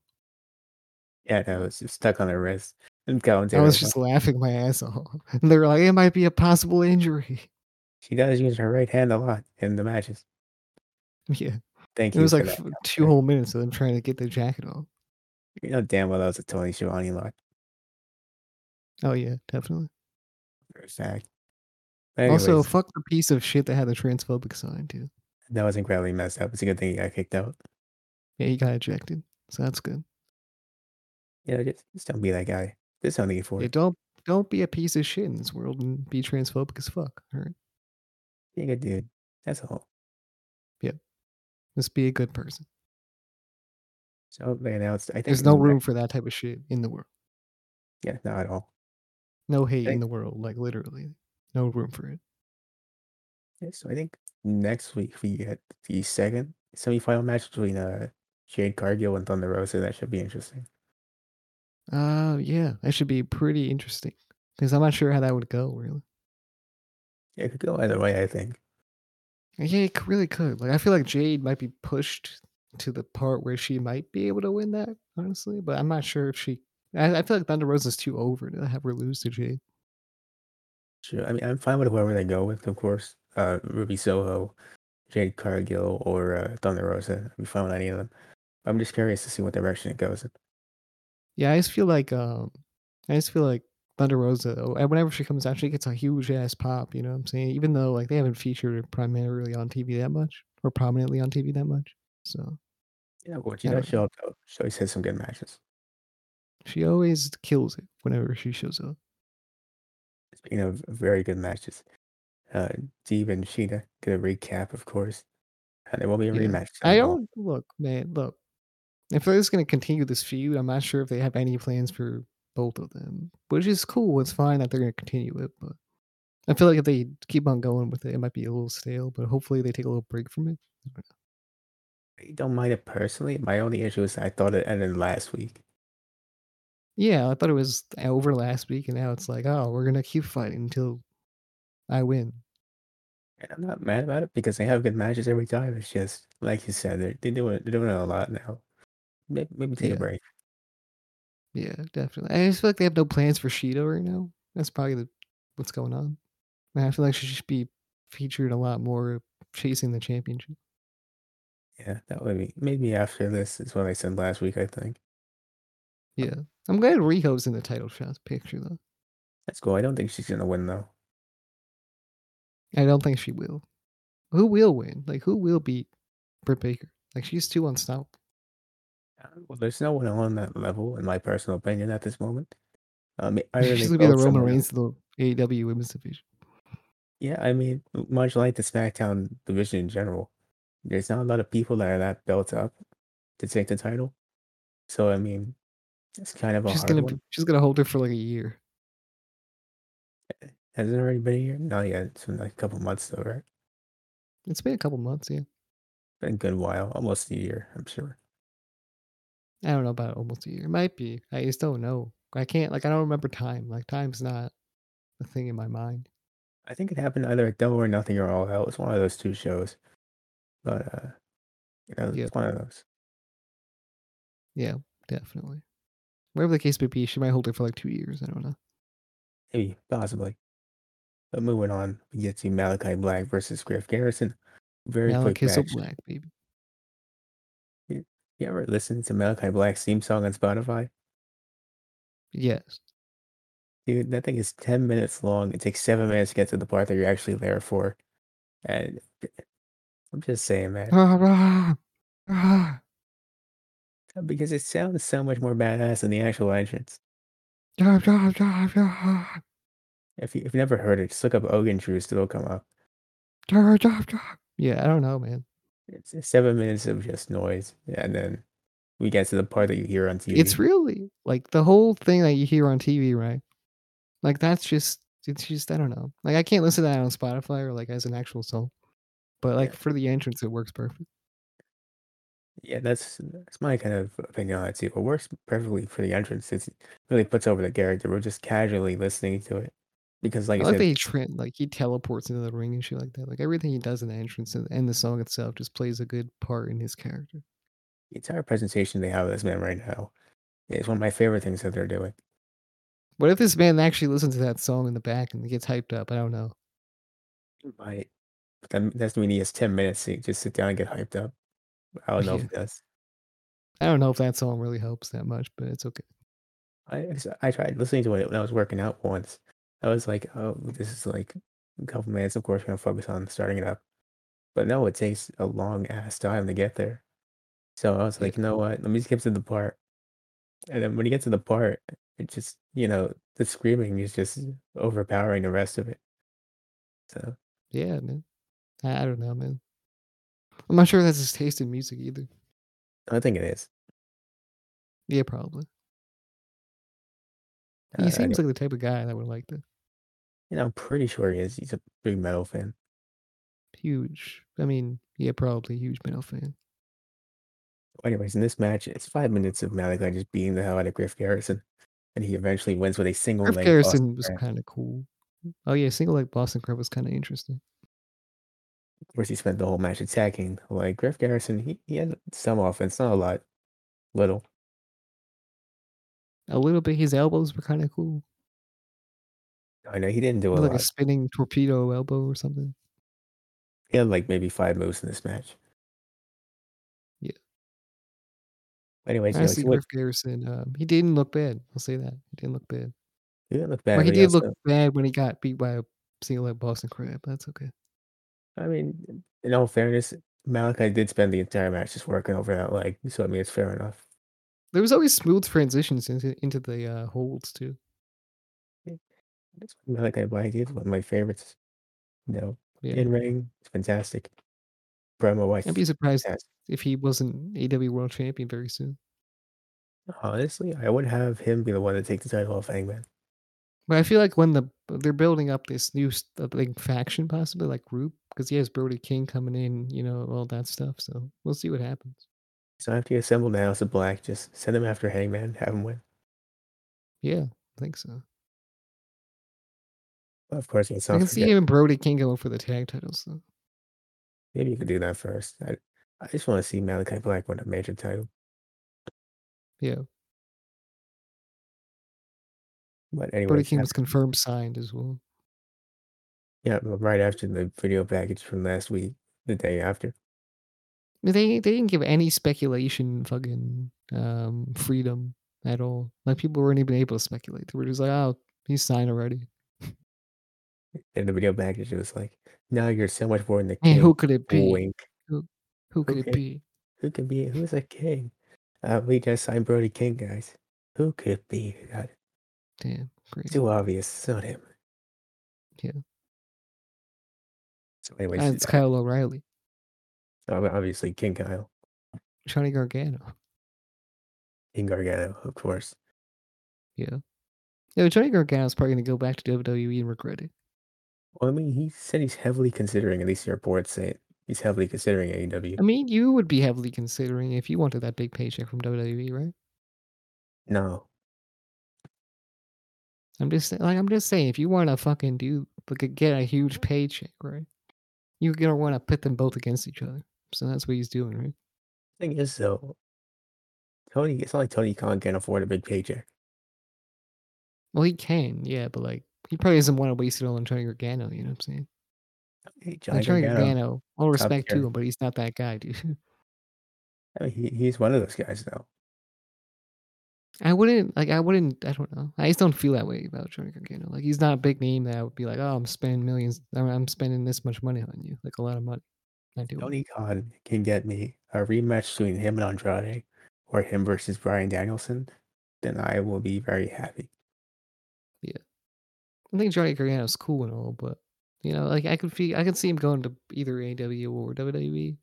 Yeah, no, it's just stuck on her wrist. And commentary I was was just like, laughing my ass off. [LAUGHS] And they were like, it might be a possible injury. [LAUGHS] she does use her right hand a lot in the matches. Yeah. Thank It you. was for like that. f- two whole minutes of them trying to get their jacket off. you know damn well that was a Tony Schiavone lot Oh, yeah, definitely. for a fact. But Also, anyways, fuck the piece of shit that had the transphobic sign too. that was incredibly messed up. It's a good thing he got kicked out. Yeah, he got ejected, so that's good. You know, just, just don't be that guy. There's something you for Yeah, it. don't don't be a piece of shit in this world and be transphobic as fuck. All right, Be a good dude. That's all. just be a good person. So like now it's I think There's it's no back- room for that type of shit in the world. Yeah, not at all. No hate in Thank- the world, like literally, no room for it. Yeah, so I think next week we get the second semifinal match between uh Jade Cargill and Thunder Rosa. That should be interesting. Uh, yeah, that should be pretty interesting because I'm not sure how that would go really. Yeah, it could go either way, I think. Yeah, it c- really could. Like, I feel like Jade might be pushed to the part where she might be able to win that, honestly. But I'm not sure if she. I, I feel like Thunder Rosa's too over to have her lose to Jade. Sure. I mean, I'm fine with whoever they go with, of course. Uh, Ruby Soho, Jade Cargill, or uh, Thunder Rosa. I'd be fine with any of them. I'm just curious to see what direction it goes. in. Yeah, I just feel like um, I just feel like Thunder Rosa. oh, and Whenever she comes out, she gets a huge ass pop. You know what I'm saying? Even though like they haven't featured her primarily on TV that much or prominently on TV that much, so Yeah, but she I does don't show up though. She always has some good matches. she always kills it whenever she shows up. Speaking of very good matches, uh, Deeb and Sheeta get a recap, of course. And there will be a Yeah. rematch. I somehow. don't look, man. Look, if they're just going to continue this feud, I'm not sure if they have any plans for both of them, which is cool. It's fine that they're going to continue it, but I feel like if they keep on going with it, it might be a little stale. But hopefully, they take a little break from it. I don't mind it personally. My only issue is I thought it ended last week. Yeah, I thought it was over last week, and now it's like, oh, we're going to keep fighting until I win. And I'm not mad about it because they have good matches every time. It's just like you said, they're they doing they're doing it a lot now. Maybe, maybe take Yeah. a break. Yeah, definitely. I just feel like they have no plans for Sheeta right now. That's probably the, what's going on. And I feel like she should be featured a lot more chasing the championship. Yeah, that would be maybe after this is what I said last week. I think Yeah. I'm glad Riho's in the title shot picture though. that's cool. I don't think she's gonna win though. I don't think she will. Who will win? Like who will beat Britt Baker? Like she's too unstoppable. Uh, Well, there's no one on that level, in my personal opinion, at this moment. Um, [LAUGHS] I she's gonna be the Roman Reigns. Reigns of the AEW women's division. Yeah, I mean, much like the SmackDown division in general, there's not a lot of people that are that built up to take the title. So I mean, it's kind of a She's hard gonna one. be, she's gonna hold her for like a year. Has it already been a year? Not yet. It's been like a couple months though, right? It's been a couple months, yeah. Been a good while, almost a year, I'm sure. I don't know about almost a year. It might be. I just don't know. I can't like I don't remember time. Like time's not a thing in my mind. I think it happened either at Double or Nothing or All Out. It's one of those two shows. But uh you know, Yeah. it's one of those. Yeah, definitely. Whatever the case may be, she might hold her for like two years. I don't know. Maybe, possibly. But moving on, we get to Malachi Black versus Griff Garrison. Very Now quick kiss match. black, baby. You ever listen to Malachi Black's theme song on Spotify? Yes. Dude, that thing is 10 minutes long. It takes seven minutes to get to the part that you're actually there for. And [LAUGHS] I'm just saying, man, Rah, rah, rah. because it sounds so much more badass than the actual entrance. Job, job, job, job, If, you, if you've never heard it, just look up Ogan Truce, it'll come up. job, job, job. Yeah, I don't know, man. It's it's seven minutes of just noise. And then we get to the part that you hear on TV. It's really like the whole thing that you hear on TV, right? Like that's just it's just I don't know. Like I can't listen to that on Spotify or like as an actual song. But like for the entrance, it works perfect. yeah, that's that's my kind of opinion on it too. It works perfectly for the entrance. It really puts over the character. We're just casually listening to it. Because, like I, I like said, that he trend like he teleports into the ring and shit like that. Like everything he does in the entrance and, and the song itself just plays a good part in his character. the entire presentation they have of this man right now is one of my favorite things that they're doing. What if this man actually listens to that song in the back and gets hyped up? I don't know. Right. But then that's when he has 10 minutes to just sit down and get hyped up. I don't know if Yeah. it does. I don't know if that song really helps that much, but it's okay. I, I s- I tried listening to it when I was working out once. I was like, oh, this is like a couple minutes. Of course, we're gonna focus on starting it up. But no, it takes a long ass time to get there. So I was Yeah. like, you know what? Let me just get to the part. And then when you get to the part, it just you know the screaming is just overpowering the rest of it. So Yeah, man. I, I don't know, man. I'm not sure that's his taste in music either. I think it is. Yeah, probably. Uh, I He seems don't- like the type of guy that would like that. you know, I'm pretty sure he is. He's a big metal fan. Huge. I mean, yeah, probably huge metal fan. Anyways, in this match, it's five minutes of Malachi just beating the hell out of Griff Garrison, and he eventually wins with a single Griff leg. Garrison was Crab. kind of cool. Oh yeah, single leg Boston Crab was kind of interesting. Of course, he spent the whole match attacking. Like Griff Garrison, he, he had some offense, not a lot, little. A little bit. His elbows were kind of cool, I know he didn't do a Looked like lot. a spinning torpedo elbow or something. He had like maybe five moves in this match. Yeah. Anyways, you know, Honestly, he, looked, Griff Garrison, um, he didn't look bad. I'll say that he didn't look bad. he didn't look bad. well, he but did look also- bad when he got beat by a single leg Boston Crab. That's okay. I mean, in all fairness, Malachi did spend the entire match just working over that leg. So I mean, it's fair enough. There was always smooth transitions into into the uh, holds too. That's what Malachi Black is one of my favorites. You know, Yeah, in ring, it's fantastic. Promo wise, I'd be surprised fantastic. if he wasn't AW World Champion very soon. Honestly, I would have him be the one to take the title off Hangman. But I feel like when the they're building up this new s- uh, like faction, possibly like group, because he has Brody King coming in, you know, all that stuff. So we'll see what happens. So after you assemble the House of Black, just send him after Hangman, have him win. Yeah, I think so. Of course, it's I not can see him and Brody King going for the tag titles though. Maybe you could do that first. I, I just want to see Malachi Black win a major title. Yeah, But anyway, Brody King was confirmed signed as well. yeah, but right after the video package from last week, the day after. I mean, they they didn't give any speculation fucking um, freedom at all. Like people weren't even able to speculate. They were just like, oh, he's signed already. [LAUGHS] In the video package, it was like, now you're so much more than the Man, king. who could it be? Wink. Who could Okay. it be? Who could be? Who's a king? Uh, we just signed Brody King, guys. Who could be? Uh, God, Damn, great. too obvious. It's not him. Yeah. So, anyways, And it's Kyle O'Reilly, ob- obviously King Kyle, Johnny Gargano. King Gargano, of course. Yeah. Yeah, Johnny Gargano's probably going to go back to WWE and regret it. Well, I mean, he said he's heavily considering. At least the reports say it. He's heavily considering E AEW. I mean, you would be heavily considering if you wanted that big paycheck from WWE, right? No, I'm just sa- like I'm just saying, if you want to fucking do like get a huge paycheck, right? You're gonna want to pit them both against each other. So that's what he's doing, right? thing is though, Tony. It's not like Tony Khan can afford a big paycheck. Well, he can, yeah, but like he probably doesn't want to waste it all on Johnny Gargano. You know what I'm saying? Hey, Like, Johnny Johnny Gargano, Gargano, all top respect to tier. him, but he's not that guy, dude. [LAUGHS] I mean, he, he's one of those guys though. I wouldn't like. I wouldn't. I don't know. I just don't feel that way about Johnny Gargano. Like he's not a big name that I would be like, oh, I'm spending millions. I'm, I'm spending this much money on you, like a lot of money. I do. Tony Khan can get me a rematch between him and Andrade, or him versus Brian Danielson, then I will be very happy. I think Johnny Gargano's cool and all, but you know, like I could feel, I could see him going to either AW or WWE.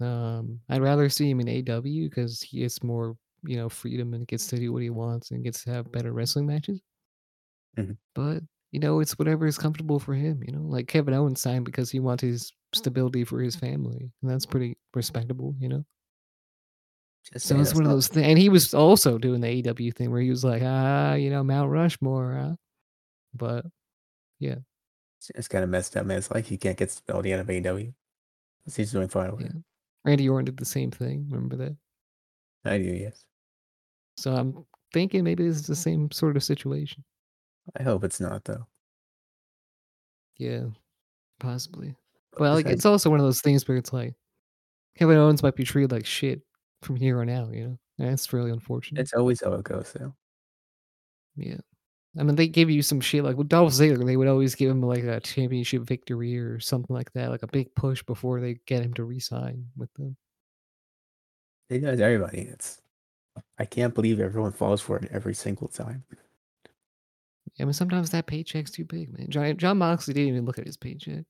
Um, I'd rather see him in AW because he gets more, you know, freedom and gets to do what he wants and gets to have better wrestling matches. Mhm. But you know, it's whatever is comfortable for him. You know, like Kevin Owens signed because he wants his stability for his family, and that's pretty respectable. You know, Just so saying, it's that's one of not- those things. And he was also doing the AW thing where he was like, ah, you know, Mount Rushmore, huh? but. It's, it's kind of messed up, man. It's like he can't get stability out of AEW. It's he's doing fine. with it. Randy Orton did the same thing. Remember that? I do, yes. So I'm thinking maybe this is the same sort of situation. I hope it's not though. Yeah, possibly. But Well, like, besides- it's also one of those things where it's like Kevin Owens might be treated like shit from here on out. You know, that's really unfortunate. it's always how it goes though. yeah, I mean, they gave you some shit like with Dolph Ziggler. They would always give him like a championship victory or something like that, like a big push before they get him to resign with them. They does everybody. It's I can't believe everyone falls for it every single time. I mean, sometimes that paycheck's too big, man. John, John Moxley didn't even look at his paycheck,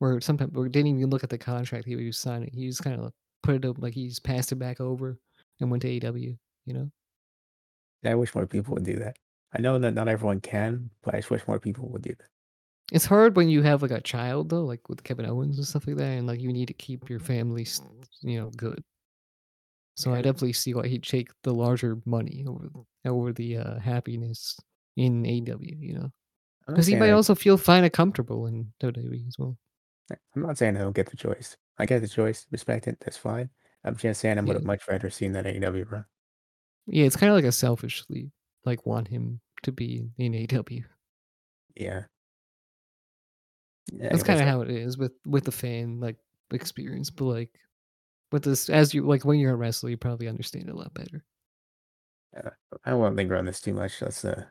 or sometimes or didn't even look at the contract he was signing. He just kind of put it up like he's passed it back over and went to AEW. You know, I wish more people would do that. I know that not everyone can, but I just wish more people would do that. it's hard when you have like a child though, like with Kevin Owens and stuff like that, and like you need to keep your family, s- you know, good. So I Yeah. definitely see why he'd take the larger money over the- over the uh, happiness in AEW. You know, I'm not because he saying might that- also feel fine and comfortable in WWE as well. I'm not saying I don't get the choice. I get the choice, respect it, that's fine. I'm just saying I would have Yeah. much rather seen that AEW run. Yeah, it's kind of like a selfishly like want him to be in E AEW. Yeah. yeah I That's guess kind of I- how it is with with the fan like experience, but like with this as you like when you're a wrestler, you probably understand it a lot better. I won't linger on this too much. Let's uh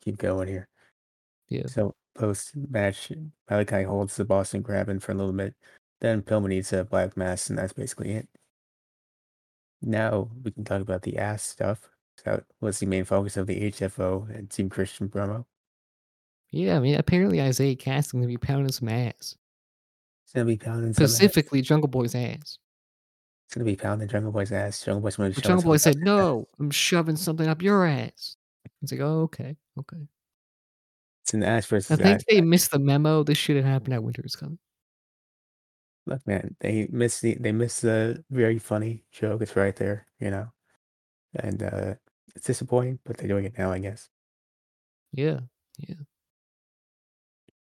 keep going here. Yeah. So post match, Malachi holds the Boston Grabbin for a little bit. Then Pillman needs a black mass, and that's basically it. Now we can talk about the ass stuff. That was the main focus of the HFO and Team Christian promo. Yeah, I mean, apparently Isaiah Casting to be pounding some ass, It's gonna be pounding some ass. specifically Jungle Boy's ass. It's gonna be pounding Jungle Boy's ass. Jungle Boy's gonna But show us Jungle how Boy tough said, he is. "No, I'm shoving something up your ass." It's like, oh, okay, okay. It's an ass I versus think ass. they missed the memo. This should have happened at Winter is Coming. Look, man, they missed the they missed the very funny joke. It's right there, you know, and uh it's disappointing, but they're doing it now, I guess. Yeah, yeah.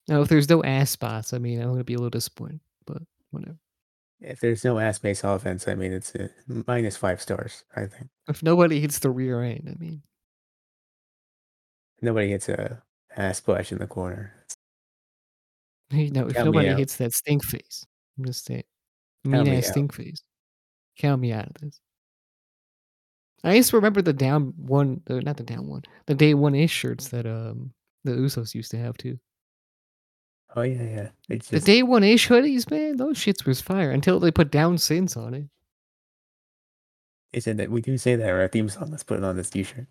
Now, if there's no ass spots, I mean, I'm gonna be a little disappointed, but whatever. If there's no ass based offense, I mean, it's a minus five stars. I think If nobody hits the rear end, I mean, [LAUGHS] nobody gets a ass splash in the corner. you know, if Count me nobody out. hits that stink face, I'm just saying, Count mean me ass out. stink face. Count me out of this. I used to remember the down one, uh, not the down one, the day one ish shirts that um the Usos used to have too. Oh yeah, yeah. It's The just day one ish hoodies, man, those shits was fire until they put down sins on it. they said that we do say that in our theme song. Let's put it on this T-shirt.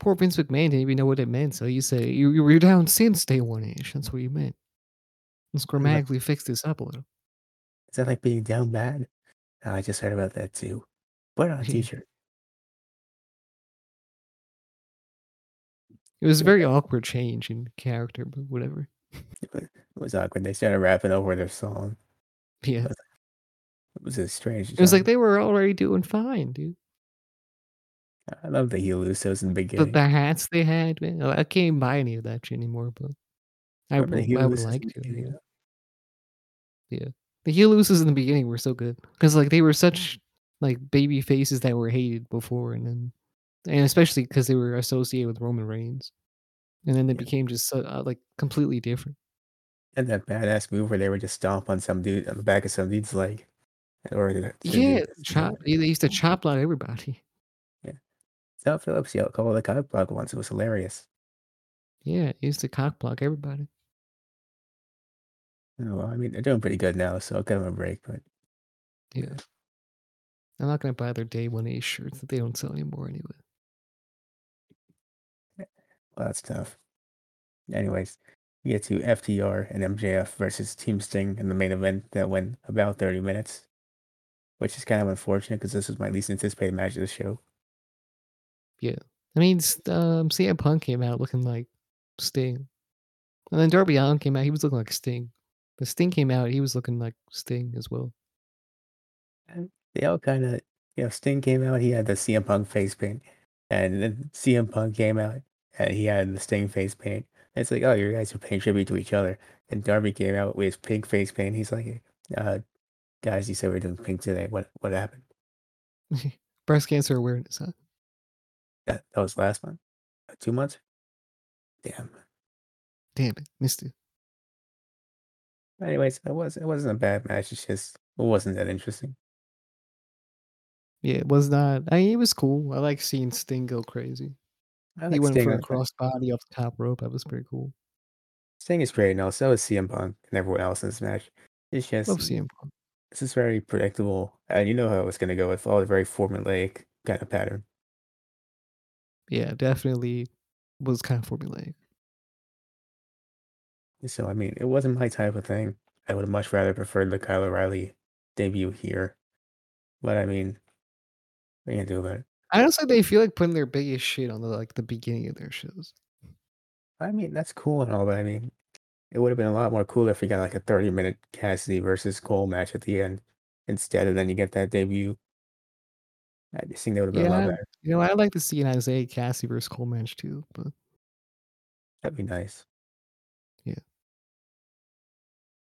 Poor Vince McMahon didn't even know what it meant, so you say you you were down since day one ish. That's what you meant. Let's grammatically fix this up a little. Is that like being down bad? Oh, I just heard about that too. Put it on a T-shirt. It was a very awkward change in character, but whatever. [LAUGHS] It was awkward. They started rapping over their song. Yeah. It was a strange. It was like genre. they were already doing fine, dude. I love the heel Usos in the The, beginning. the hats they had, man. I I can't buy any of that shit anymore, but I, Remember the would- I would Usos in like the to. beginning? yeah. The heel loses in the beginning were so good because like they were such like baby faces that were hated before, and then and especially because they were associated with Roman Reigns, and then they Yeah. became just so, uh, like completely different. And that badass move where they would just stomp on some dude on the back of some dude's leg, or the- the Yeah, dude's chop. stomach. They they used to chop block everybody. Sal Phillips yelled called the cock block once. It was hilarious. Yeah, they used to cock block everybody. Oh, well, I mean, they're doing pretty good now, so I'll give them a break. But Yeah. I'm not gonna buy their day one A shirts that they don't sell anymore anyway. well, that's tough. Anyways, we get to FTR and MJF versus Team Sting in the main event that went about 30 minutes, which is kind of unfortunate because this was my least anticipated match of the show. I mean, s- um, CM Punk came out looking like Sting, and then Darby Allen came out. He was looking like Sting. But Sting came out. He was looking like Sting as well. [LAUGHS] they all kind of, you know, Sting came out, he had the CM Punk face paint, and then CM Punk came out, and he had the Sting face paint. And it's like, oh, you guys are paying tribute to each other. And Darby came out with his pink face paint. He's like, uh, guys, you said we are doing pink today. What what happened? Breast cancer awareness. Huh? That, that was last month, Uh, two months. Damn. Damn it, missed it. Anyways, it was it wasn't a bad match. It's just it wasn't that interesting. Yeah, it was not. I mean, it was cool. I like seeing Sting go crazy. I he like went Sting. for a like that. crossbody off the top rope. That was pretty cool. Sting is great and all. So is CM Punk and everyone else in this match. It's Love just CM Punk. this is very predictable, and you know how it's going to go. It's all very formulaic kind of pattern. Yeah, definitely was kind of formulaic. So I mean, it wasn't my type of thing. I would have much rather preferred the Kyle O'Reilly debut here, but I mean, we can't do about it. I don't say they feel like putting their biggest shit on the like the beginning of their shows. I mean, that's cool and all, but I mean, it would have been a lot more cooler if we got like a 30 minute Cassidy versus Cole match at the end instead of then you get that debut. I just think that would have been a lot Yeah. better. You know, I'd like to see an Isaiah Cassie versus Cole match too, but That'd be nice. Yeah.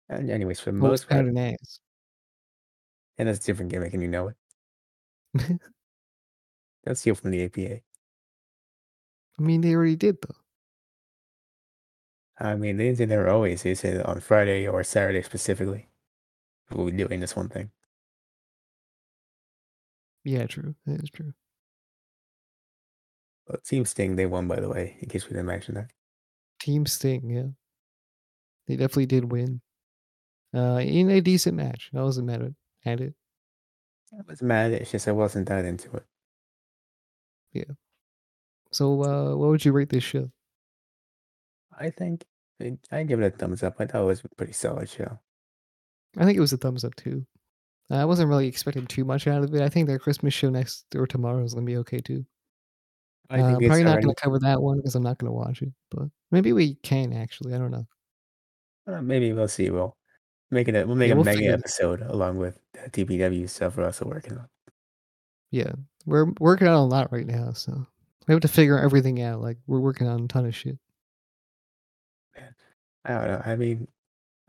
And anyways, for the Cole's most part, pounding ass. and that's a different gimmick and you know it. [LAUGHS] That's steal from the APA. I mean, they already did though. I mean, they didn't say they were always. They said on Friday or Saturday specifically. We'll be doing this one thing. Yeah, true. That is true. But Team Sting, they won, by the way, in case we didn't mention that. Team Sting, yeah. They definitely did win. Uh in a decent match. I wasn't mad at at it. I wasn't mad. It's just I wasn't that into it. So uh what would you rate this show? I think I- I give it a thumbs up. I thought it was a pretty solid show. I think it was a thumbs up too. Uh, I wasn't really expecting too much out of it. I think their Christmas show next or tomorrow is gonna be okay too. I uh, think I'm it's probably not already, going to cover that one because I'm not going to watch it. But maybe we can actually. I don't know. uh, maybe we'll see. We'll make it. A, we'll make Yeah, a we'll mega figure it out. episode along with the TPW stuff we're also working on. Yeah, we're working on a lot right now, so we have to figure everything out. Like we're working on a ton of shit. I don't know. I mean,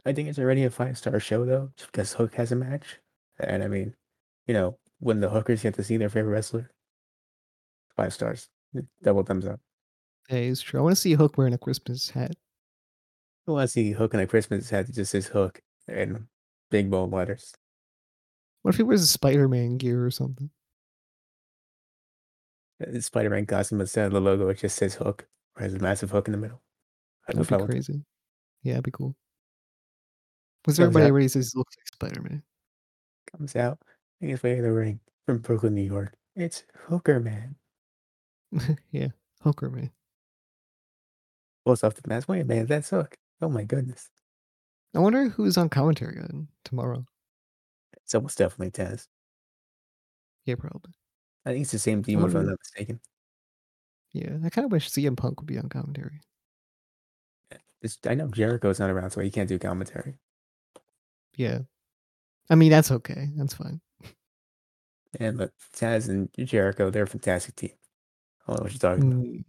I think it's already a five star show though, just because Hook has a match, and I mean, you know, when the hookers get to see their favorite wrestler, five stars, double thumbs up. That is true. I want to see Hook wearing a Christmas hat. Well, I see Hook in a Christmas hat that just says Hook in big bold letters. What if he wears a Spider-Man gear or something? Spider Man costume instead of the logo, it just says Hook, or has a massive hook in the middle. I That'd would be follow. crazy. Yeah, that'd be cool. Because Thumbs everybody up. already says he looks like Spider-Man. comes out, making his way to the ring from Brooklyn, New York. It's Hooker Man. yeah, Hooker man. Pulls off the mask. Wait, man, that's Hook. Oh my goodness. I wonder who's on commentary on tomorrow. It's almost definitely Taz. Yeah, probably. I think it's the same I team, if I'm wonder. not mistaken. Yeah, I kind of wish CM Punk would be on commentary. It's, I know Jericho's not around, so he can't do commentary. Yeah, I mean that's okay. That's fine. And look, Taz and Jericho, they're a fantastic team. I don't know what you're talking about. Mm,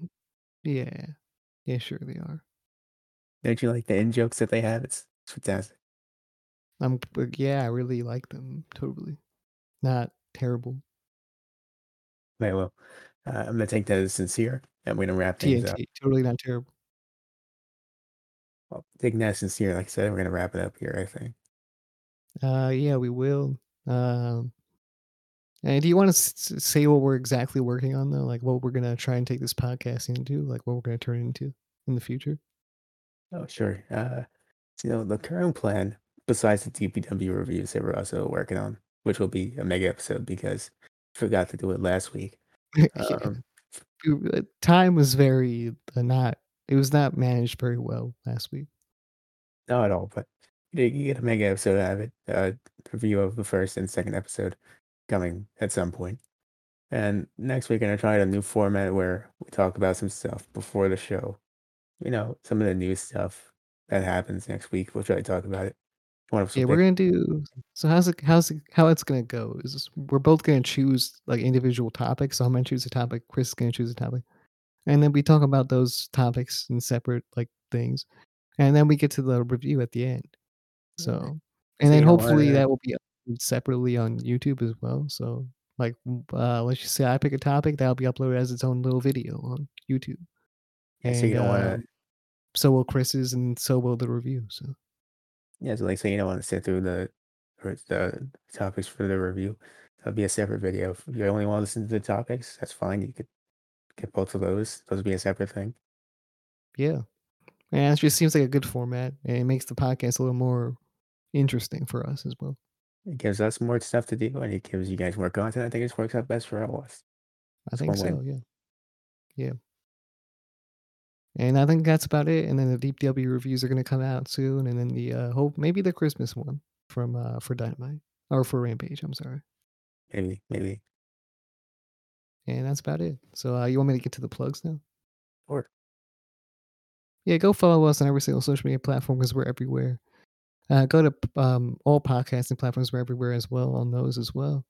yeah. Yeah, sure they are. Don't you like the in jokes that they have? It's, it's fantastic. I'm Um, but yeah, I really like them totally. Not terrible. Okay, well, uh, I'm going to take that as sincere, and we're going to wrap things up. TNT, totally not terrible. Well, taking that as sincere, like I said, we're going to wrap it up here, I think. Uh yeah, we will. Um and do you want to s- s- say what we're exactly working on though? Like what we're going to try and take this podcast into, like what we're going to turn it into in the future? [LAUGHS] Oh, sure. Uh, so the current plan, besides the TPW reviews that we're also working on, which will be a mega episode because forgot to do it last week. Yeah, Um, we were- uh, Time was very uh, not it was not managed very well last week. not at all, but you you get a mega episode out of it. Uh, review of the first and second episode coming at some point. And next week, I'm gonna try a new format where we talk about some stuff before the show. You know, some of the new stuff that happens next week. We'll try to talk about it. One of us will Yeah, we're pick- gonna do. So how's it? How's it, how it's gonna go? Is we're both gonna choose like individual topics. So I'm gonna choose a topic. Chris is gonna choose a topic, and then we talk about those topics in separate like things, and then we get to the review at the end. So, and Mm-hmm. So then you know what? hopefully uh, that will be uploaded separately on YouTube as well. So like, w- uh, let's just say I pick a topic that'll be uploaded as its own little video on YouTube, yeah, so you uh don't and want to um, so will Chris's, and so will the review. So Yeah, so like say you don't want to sit through the or the topics for the review. That'll be a separate video. If you only want to listen to the topics, that's fine. You could get both of those. Those would be a separate thing. Yeah. And it just seems like a good format and it makes the podcast a little more interesting for us as well. It gives us more stuff to do and it gives you guys more content. I think it just works out best for all of us. I think one way. so, yeah. Yeah. And I think that's about it. And then the Deep W reviews are going to come out soon. And then the uh, hope, maybe the Christmas one from uh, for Dynamite or for Rampage. I'm sorry. Maybe, maybe. And that's about it. So uh, you want me to get to the plugs now? Sure. Yeah, go follow us on every single social media platform because we're everywhere. Uh, go to p- um, all podcasting platforms. We're everywhere as well on those as well.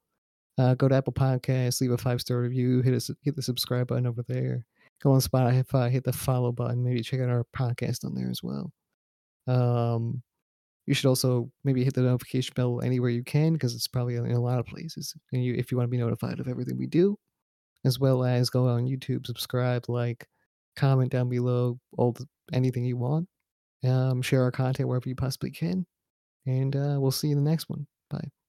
Uh, go to Apple Podcasts, leave a five star review, hit us, hit the subscribe button over there. Go on Spotify, hit the follow button. Maybe check out our podcast on there as well. Um, you should also maybe hit the notification bell anywhere you can because it's probably in a lot of places. And you, if you want to be notified of everything we do, as well as go on YouTube, subscribe, like, comment down below, all the, anything you want. Um, share our content wherever you possibly can, and uh, we'll see you in the next one. Bye.